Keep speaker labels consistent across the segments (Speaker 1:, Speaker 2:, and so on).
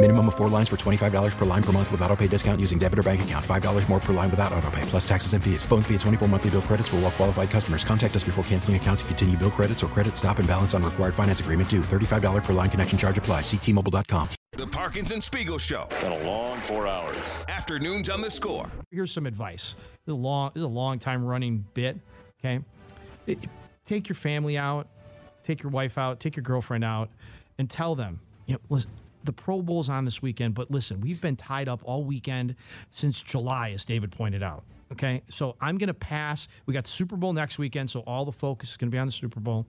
Speaker 1: Minimum of four lines for $25 per line per month with auto pay discount using debit or bank account. $5 more per line without auto pay, plus taxes and fees. Phone fee at 24 monthly bill credits for all well qualified customers. Contact us before canceling account to continue bill credits or credit stop and balance on required finance agreement due. $35 per line connection charge apply. Ctmobile.com.
Speaker 2: The Parkinson Spiegel Show.
Speaker 3: Been a long four hours.
Speaker 2: Afternoons on the score.
Speaker 4: Here's some advice. This is a long, this is a long time running bit. Okay. Take your family out, take your wife out, take your girlfriend out, and tell them, you know, listen, the Pro Bowl's on this weekend, but listen, we've been tied up all weekend since July, as David pointed out. Okay, so I'm going to pass. We got Super Bowl next weekend, so all the focus is going to be on the Super Bowl.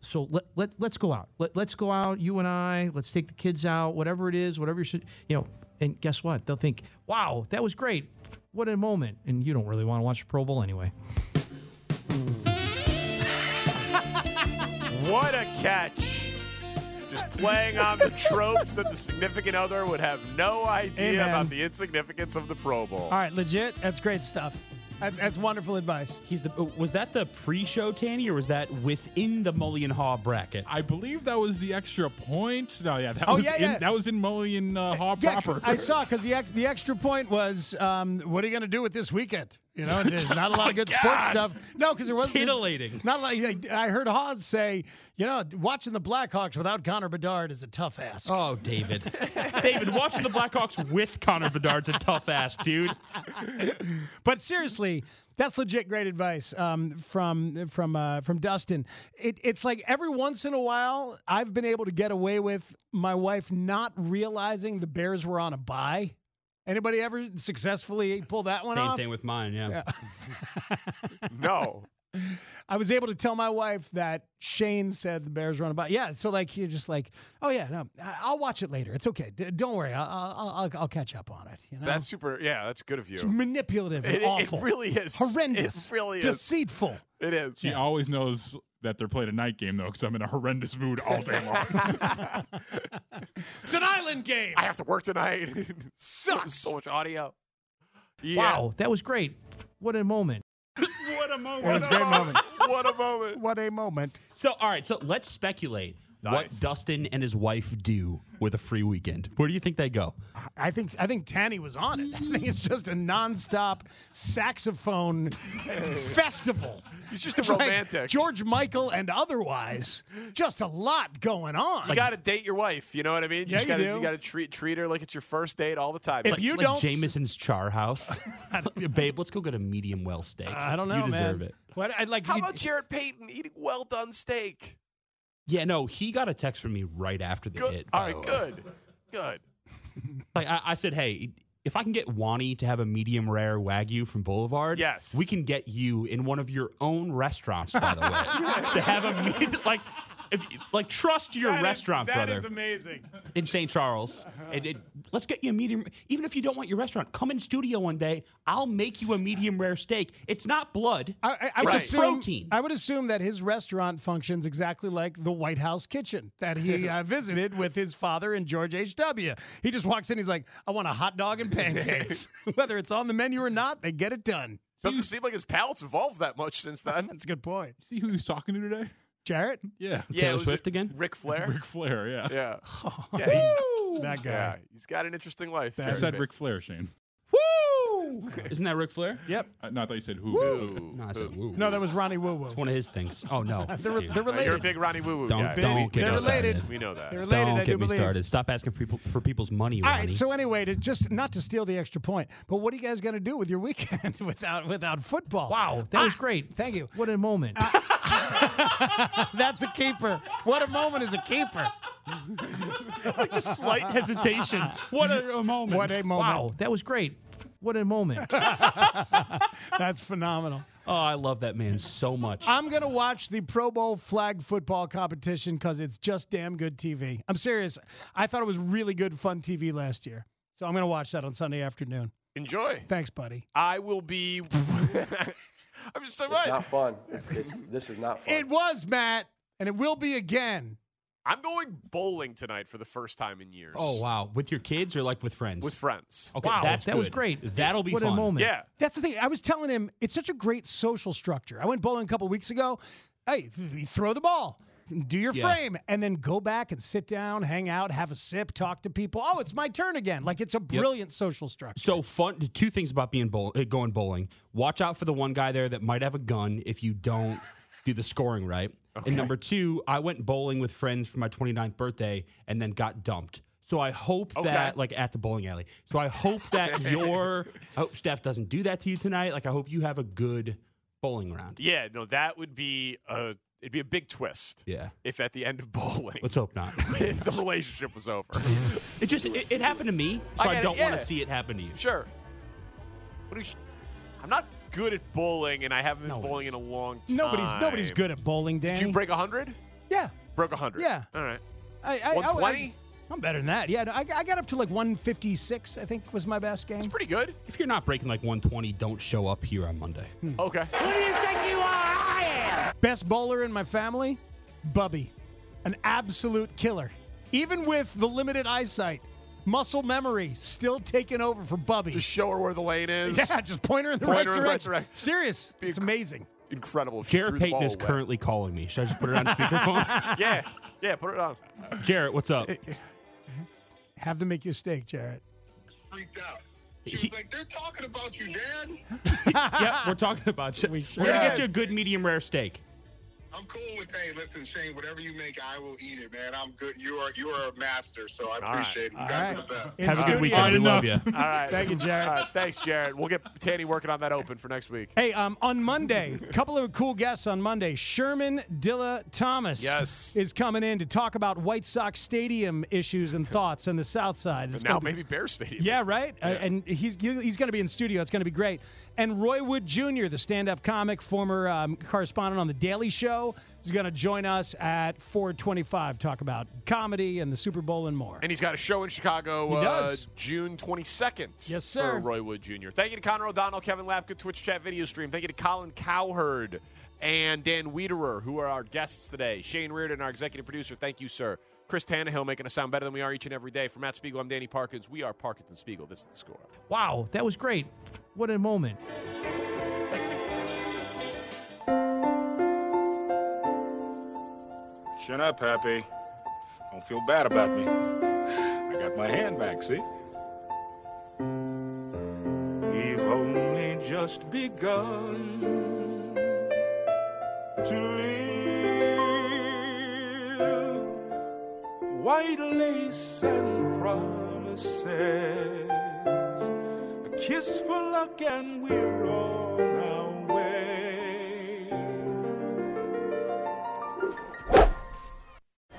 Speaker 4: So let, let, let's go out. Let, let's go out, you and I. Let's take the kids out, whatever it is, whatever you you know. And guess what? They'll think, wow, that was great. What a moment. And you don't really want to watch the Pro Bowl anyway.
Speaker 5: what a catch just playing on the tropes that the significant other would have no idea
Speaker 6: Amen.
Speaker 5: about the insignificance of the Pro Bowl.
Speaker 6: All right, legit. That's great stuff. That's, that's wonderful advice.
Speaker 7: He's the. oh, Was that the pre-show Tanny, or was that within the Mully and Haw bracket?
Speaker 8: I believe that was the extra point. No, yeah, that
Speaker 6: Oh,
Speaker 8: was
Speaker 6: yeah,
Speaker 8: in,
Speaker 6: yeah.
Speaker 8: that was in Mully and uh, Haw
Speaker 6: Yeah,
Speaker 8: proper.
Speaker 6: I saw because the ex, the extra point was, um, what are you going to do with this weekend? You know, there's
Speaker 8: Oh
Speaker 6: not a lot of good sports stuff. No, because there wasn't
Speaker 7: Titillating.
Speaker 6: Not like I heard Hawes say, you know, watching the Blackhawks without Connor Bedard is a tough ass.
Speaker 7: Oh, David. David, watching the Blackhawks with Connor Bedard's a tough ass, dude.
Speaker 6: But seriously, that's legit great advice um, from from uh, from Dustin. It, it's like every once in a while, I've been able to get away with my wife not realizing the Bears were on a buy. Anybody ever successfully pull that one
Speaker 7: Same
Speaker 6: off?
Speaker 7: thing with mine, yeah.
Speaker 5: No.
Speaker 6: I was able to tell my wife that Shane said the Bears were on a buy. Yeah, so like you're just like, oh yeah, no, I- I'll watch it later. It's okay. D- don't worry, I- I'll, I'll I'll catch up on it. You know,
Speaker 5: That's super. Yeah, that's good of you.
Speaker 6: it's manipulative. and
Speaker 5: It- it
Speaker 6: awful.
Speaker 5: really is.
Speaker 6: horrendous.
Speaker 5: It really is.
Speaker 6: deceitful.
Speaker 5: It is.
Speaker 8: She always knows that they're playing a night game though, because I'm in a horrendous mood all day long.
Speaker 6: It's an island game.
Speaker 5: I have to work tonight. Sucks. So much audio. Yeah.
Speaker 4: Wow, that was great. What a moment.
Speaker 7: what a moment.
Speaker 5: What a great moment. what a moment.
Speaker 6: What a moment.
Speaker 7: So, all right, so let's speculate
Speaker 5: Nice.
Speaker 7: what Dustin and his wife do with a free weekend. Where do you think they go?
Speaker 6: I think I think Tanny was on it. I think it's just a nonstop saxophone festival.
Speaker 5: He's just a
Speaker 6: Like
Speaker 5: romantic.
Speaker 6: George Michael and otherwise, just a lot going on.
Speaker 5: you got to date your wife. You know what I mean?
Speaker 6: Yeah,
Speaker 5: just
Speaker 6: you
Speaker 5: gotta,
Speaker 6: do.
Speaker 5: got to treat treat her like it's your first date all the time.
Speaker 6: If
Speaker 5: Like,
Speaker 6: you
Speaker 7: like
Speaker 6: don't s-
Speaker 7: Jameson's Char House. Babe, let's go get a medium well steak.
Speaker 6: I don't know,
Speaker 7: You deserve
Speaker 6: man.
Speaker 7: it.
Speaker 6: What I like
Speaker 5: how
Speaker 6: you-
Speaker 5: about Jared Payton eating well done steak?
Speaker 7: Yeah, no, he got a text from me right after the
Speaker 5: Good.
Speaker 7: hit.
Speaker 5: all
Speaker 7: by
Speaker 5: right.
Speaker 6: Oh.
Speaker 7: the way.
Speaker 5: Good. Good.
Speaker 7: Like I, I said, hey, if I can get Wani to have a medium rare wagyu from Boulevard,
Speaker 5: Yes.
Speaker 7: we can get you in one of your own restaurants. By the way, to have a med- like, if, like trust your restaurant, brother,
Speaker 6: amazing.
Speaker 7: in St. Charles. And it, let's get you a medium. Even if you don't want your restaurant, come in studio one day. I'll make you a medium rare steak. It's not blood.
Speaker 6: I, I, I would
Speaker 7: It's
Speaker 6: assume,
Speaker 7: protein.
Speaker 6: I would assume that his restaurant functions exactly like the White House kitchen that he uh, visited with his father and George H.W. He just walks in, he's like, I want a hot dog and pancakes. Whether it's on the menu or not, they get it done.
Speaker 5: Doesn't seem like his palate's evolved that much since then.
Speaker 6: That's a good point.
Speaker 8: See who he's talking to today?
Speaker 6: Jarrett?
Speaker 8: Yeah,
Speaker 7: Taylor Swift again?
Speaker 5: Rick Flair.
Speaker 8: Ric Flair. Yeah,
Speaker 5: Yeah. yeah, he-
Speaker 6: That guy.
Speaker 5: yeah, he's got an interesting life.
Speaker 8: I
Speaker 5: Jared
Speaker 8: said
Speaker 5: Payton.
Speaker 8: Ric Flair, Shane.
Speaker 7: Woo! Isn't that Ric Flair?
Speaker 6: Yep.
Speaker 8: Uh, no, I thought you said who.
Speaker 7: Woo. No, I said woo.
Speaker 6: No, that was Ronnie Woo Woo. It's
Speaker 7: one of his things. Oh no,
Speaker 6: They're-
Speaker 7: dude.
Speaker 6: they're related.
Speaker 5: You're a big Ronnie Woo Woo
Speaker 7: Don't,
Speaker 5: guy.
Speaker 7: don't get
Speaker 6: They're
Speaker 7: me
Speaker 6: related.
Speaker 7: started.
Speaker 5: We know that.
Speaker 6: They're related,
Speaker 7: Don't
Speaker 6: I
Speaker 7: get
Speaker 6: do
Speaker 7: me
Speaker 6: believe.
Speaker 7: started. Stop asking for, people, for people's money,
Speaker 6: All
Speaker 7: Ronnie.
Speaker 6: right. So anyway, to just not to steal the extra point, but what are you guys going to do with your weekend without without football? Wow,
Speaker 4: that was great.
Speaker 6: Thank you.
Speaker 4: What a moment.
Speaker 6: That's a keeper. What a moment is a keeper.
Speaker 7: like a slight hesitation. What a, a moment.
Speaker 6: What a moment.
Speaker 4: Wow, that was great. What a moment.
Speaker 6: That's phenomenal.
Speaker 7: Oh, I love that man so much.
Speaker 6: I'm going to watch the Pro Bowl flag football competition because it's just damn good TV. I'm serious. I thought it was really good, fun TV last year. So I'm going to watch that on Sunday afternoon.
Speaker 5: Enjoy.
Speaker 6: Thanks, buddy.
Speaker 5: I will be. I'm just so
Speaker 9: It's
Speaker 5: right.
Speaker 9: not fun. It's, it's, this is not fun.
Speaker 6: It was, Matt, and it will be again.
Speaker 5: I'm going bowling tonight for the first time in years.
Speaker 7: Oh wow, with your kids or like with friends? Oh,
Speaker 5: With friends.
Speaker 7: Okay,
Speaker 5: Wow,
Speaker 7: that's
Speaker 5: that
Speaker 7: good.
Speaker 5: was
Speaker 4: great.
Speaker 7: That'll be
Speaker 4: what
Speaker 7: fun.
Speaker 4: a moment.
Speaker 5: Yeah.
Speaker 6: That's the thing. I was telling him it's such a great social structure. I went bowling a couple weeks ago. Hey, you throw the ball, do your
Speaker 7: Yeah.
Speaker 6: frame, and then go back and sit down, hang out, have a sip, talk to people. Oh, it's my turn again. Like it's a brilliant social structure.
Speaker 7: So fun. Two things about being bowl, uh, going bowling. Watch out for the one guy there that might have a gun if you don't do the scoring right. And number two, I went bowling with friends for my 29th birthday and then got dumped. So I hope
Speaker 5: Okay.
Speaker 7: that like at the bowling alley. So I hope that your I hope Steph doesn't do that to you tonight. Like I hope you have a good bowling round.
Speaker 5: Yeah, no, that would be a it'd be a big twist.
Speaker 7: Yeah.
Speaker 5: If at the end of bowling,
Speaker 7: Let's hope not.
Speaker 5: the relationship was over.
Speaker 7: It just it, it happened to me, so
Speaker 5: I
Speaker 7: I,
Speaker 5: get it,
Speaker 7: don't
Speaker 5: yeah.
Speaker 7: want to see it happen to you.
Speaker 5: Sure. What do you, I'm not good at bowling, and I haven't been
Speaker 7: Nobody's.
Speaker 5: bowling in a long time.
Speaker 6: Nobody's nobody's good at bowling, Danny.
Speaker 5: Did you break hundred?
Speaker 6: Yeah.
Speaker 5: Broke hundred.
Speaker 6: Yeah.
Speaker 5: All right.
Speaker 6: I, I, I-
Speaker 5: 120?
Speaker 6: I, am better than that. Yeah, no, I, I got up to like 156. I think was my best game.
Speaker 5: Pretty good.
Speaker 7: If you're not breaking like 120, don't show up here on Monday.
Speaker 5: Okay.
Speaker 6: Who do you think you are? I am. Best bowler in my family, Bubby, an absolute killer. Even with the limited eyesight, muscle memory still taking over for Bubby.
Speaker 5: Just show her where the lane is.
Speaker 6: Yeah, just point her in the
Speaker 5: Point
Speaker 6: right
Speaker 5: her in the right
Speaker 6: direction.
Speaker 5: direction.
Speaker 6: Serious, it's amazing.
Speaker 5: Incredible. if you
Speaker 7: Jared
Speaker 5: threw the
Speaker 7: Payton
Speaker 5: ball
Speaker 7: is
Speaker 5: away.
Speaker 7: currently calling me. Should I just put it on speakerphone?
Speaker 5: yeah. Yeah. Put it on.
Speaker 7: Jarrett, what's up?
Speaker 6: Have them make you a steak, Jarrett.
Speaker 10: freaked out. She was like, "They're talking about you, Dad.
Speaker 7: yep, we're talking about you. We're gonna
Speaker 10: should.
Speaker 7: get you a good medium rare steak.
Speaker 10: I'm cool with hey, listen, Shane, whatever you make, I will eat it, man. I'm good. You are you are a master, so I
Speaker 5: All right.
Speaker 10: appreciate it. You guys are the best.
Speaker 7: Have a good weekend. We love you.
Speaker 5: All right.
Speaker 6: Thank you, Jared.
Speaker 5: All right, thanks, Jared. We'll get Tanny working on that open for next week.
Speaker 6: Hey, um, on Monday, a couple of cool guests on Monday. Sherman Dilla Thomas
Speaker 5: Yes.
Speaker 6: is coming in to talk about White Sox stadium issues and thoughts on the South Side. It's
Speaker 5: But now
Speaker 6: gonna be-
Speaker 5: maybe Bear Stadium.
Speaker 6: Yeah, right. Uh, and he's he's going to be in studio. It's going to be great. And Roy Wood Jr., the stand-up comic, former um, correspondent on the Daily Show, is going to join us at 4:25. Talk about comedy and the Super Bowl and more.
Speaker 5: And he's got a show in Chicago
Speaker 6: He
Speaker 5: uh,
Speaker 6: does.
Speaker 5: June 22nd.
Speaker 6: Yes, sir.
Speaker 5: For Roy Wood Jr. Thank you to Connor O'Donnell, Kevin Lapka, Twitch chat video stream. Thank you to Colin Cowherd and Dan Wiederer, who are our guests today. Shane Reardon, our executive producer. Thank you, sir. Chris Tannehill making us sound better than we are each and every day. For Matt Spiegel, I'm Danny Parkins. We are Parkins and Spiegel. This is the score.
Speaker 4: Wow, that was great. What a moment.
Speaker 11: Chin up, Happy. Don't feel bad about me. I got my hand back, see? We've only just begun to live white lace and promises. A kiss for luck, and we're on our way.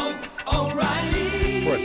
Speaker 12: oh, oh, O'Reilly.
Speaker 13: Protect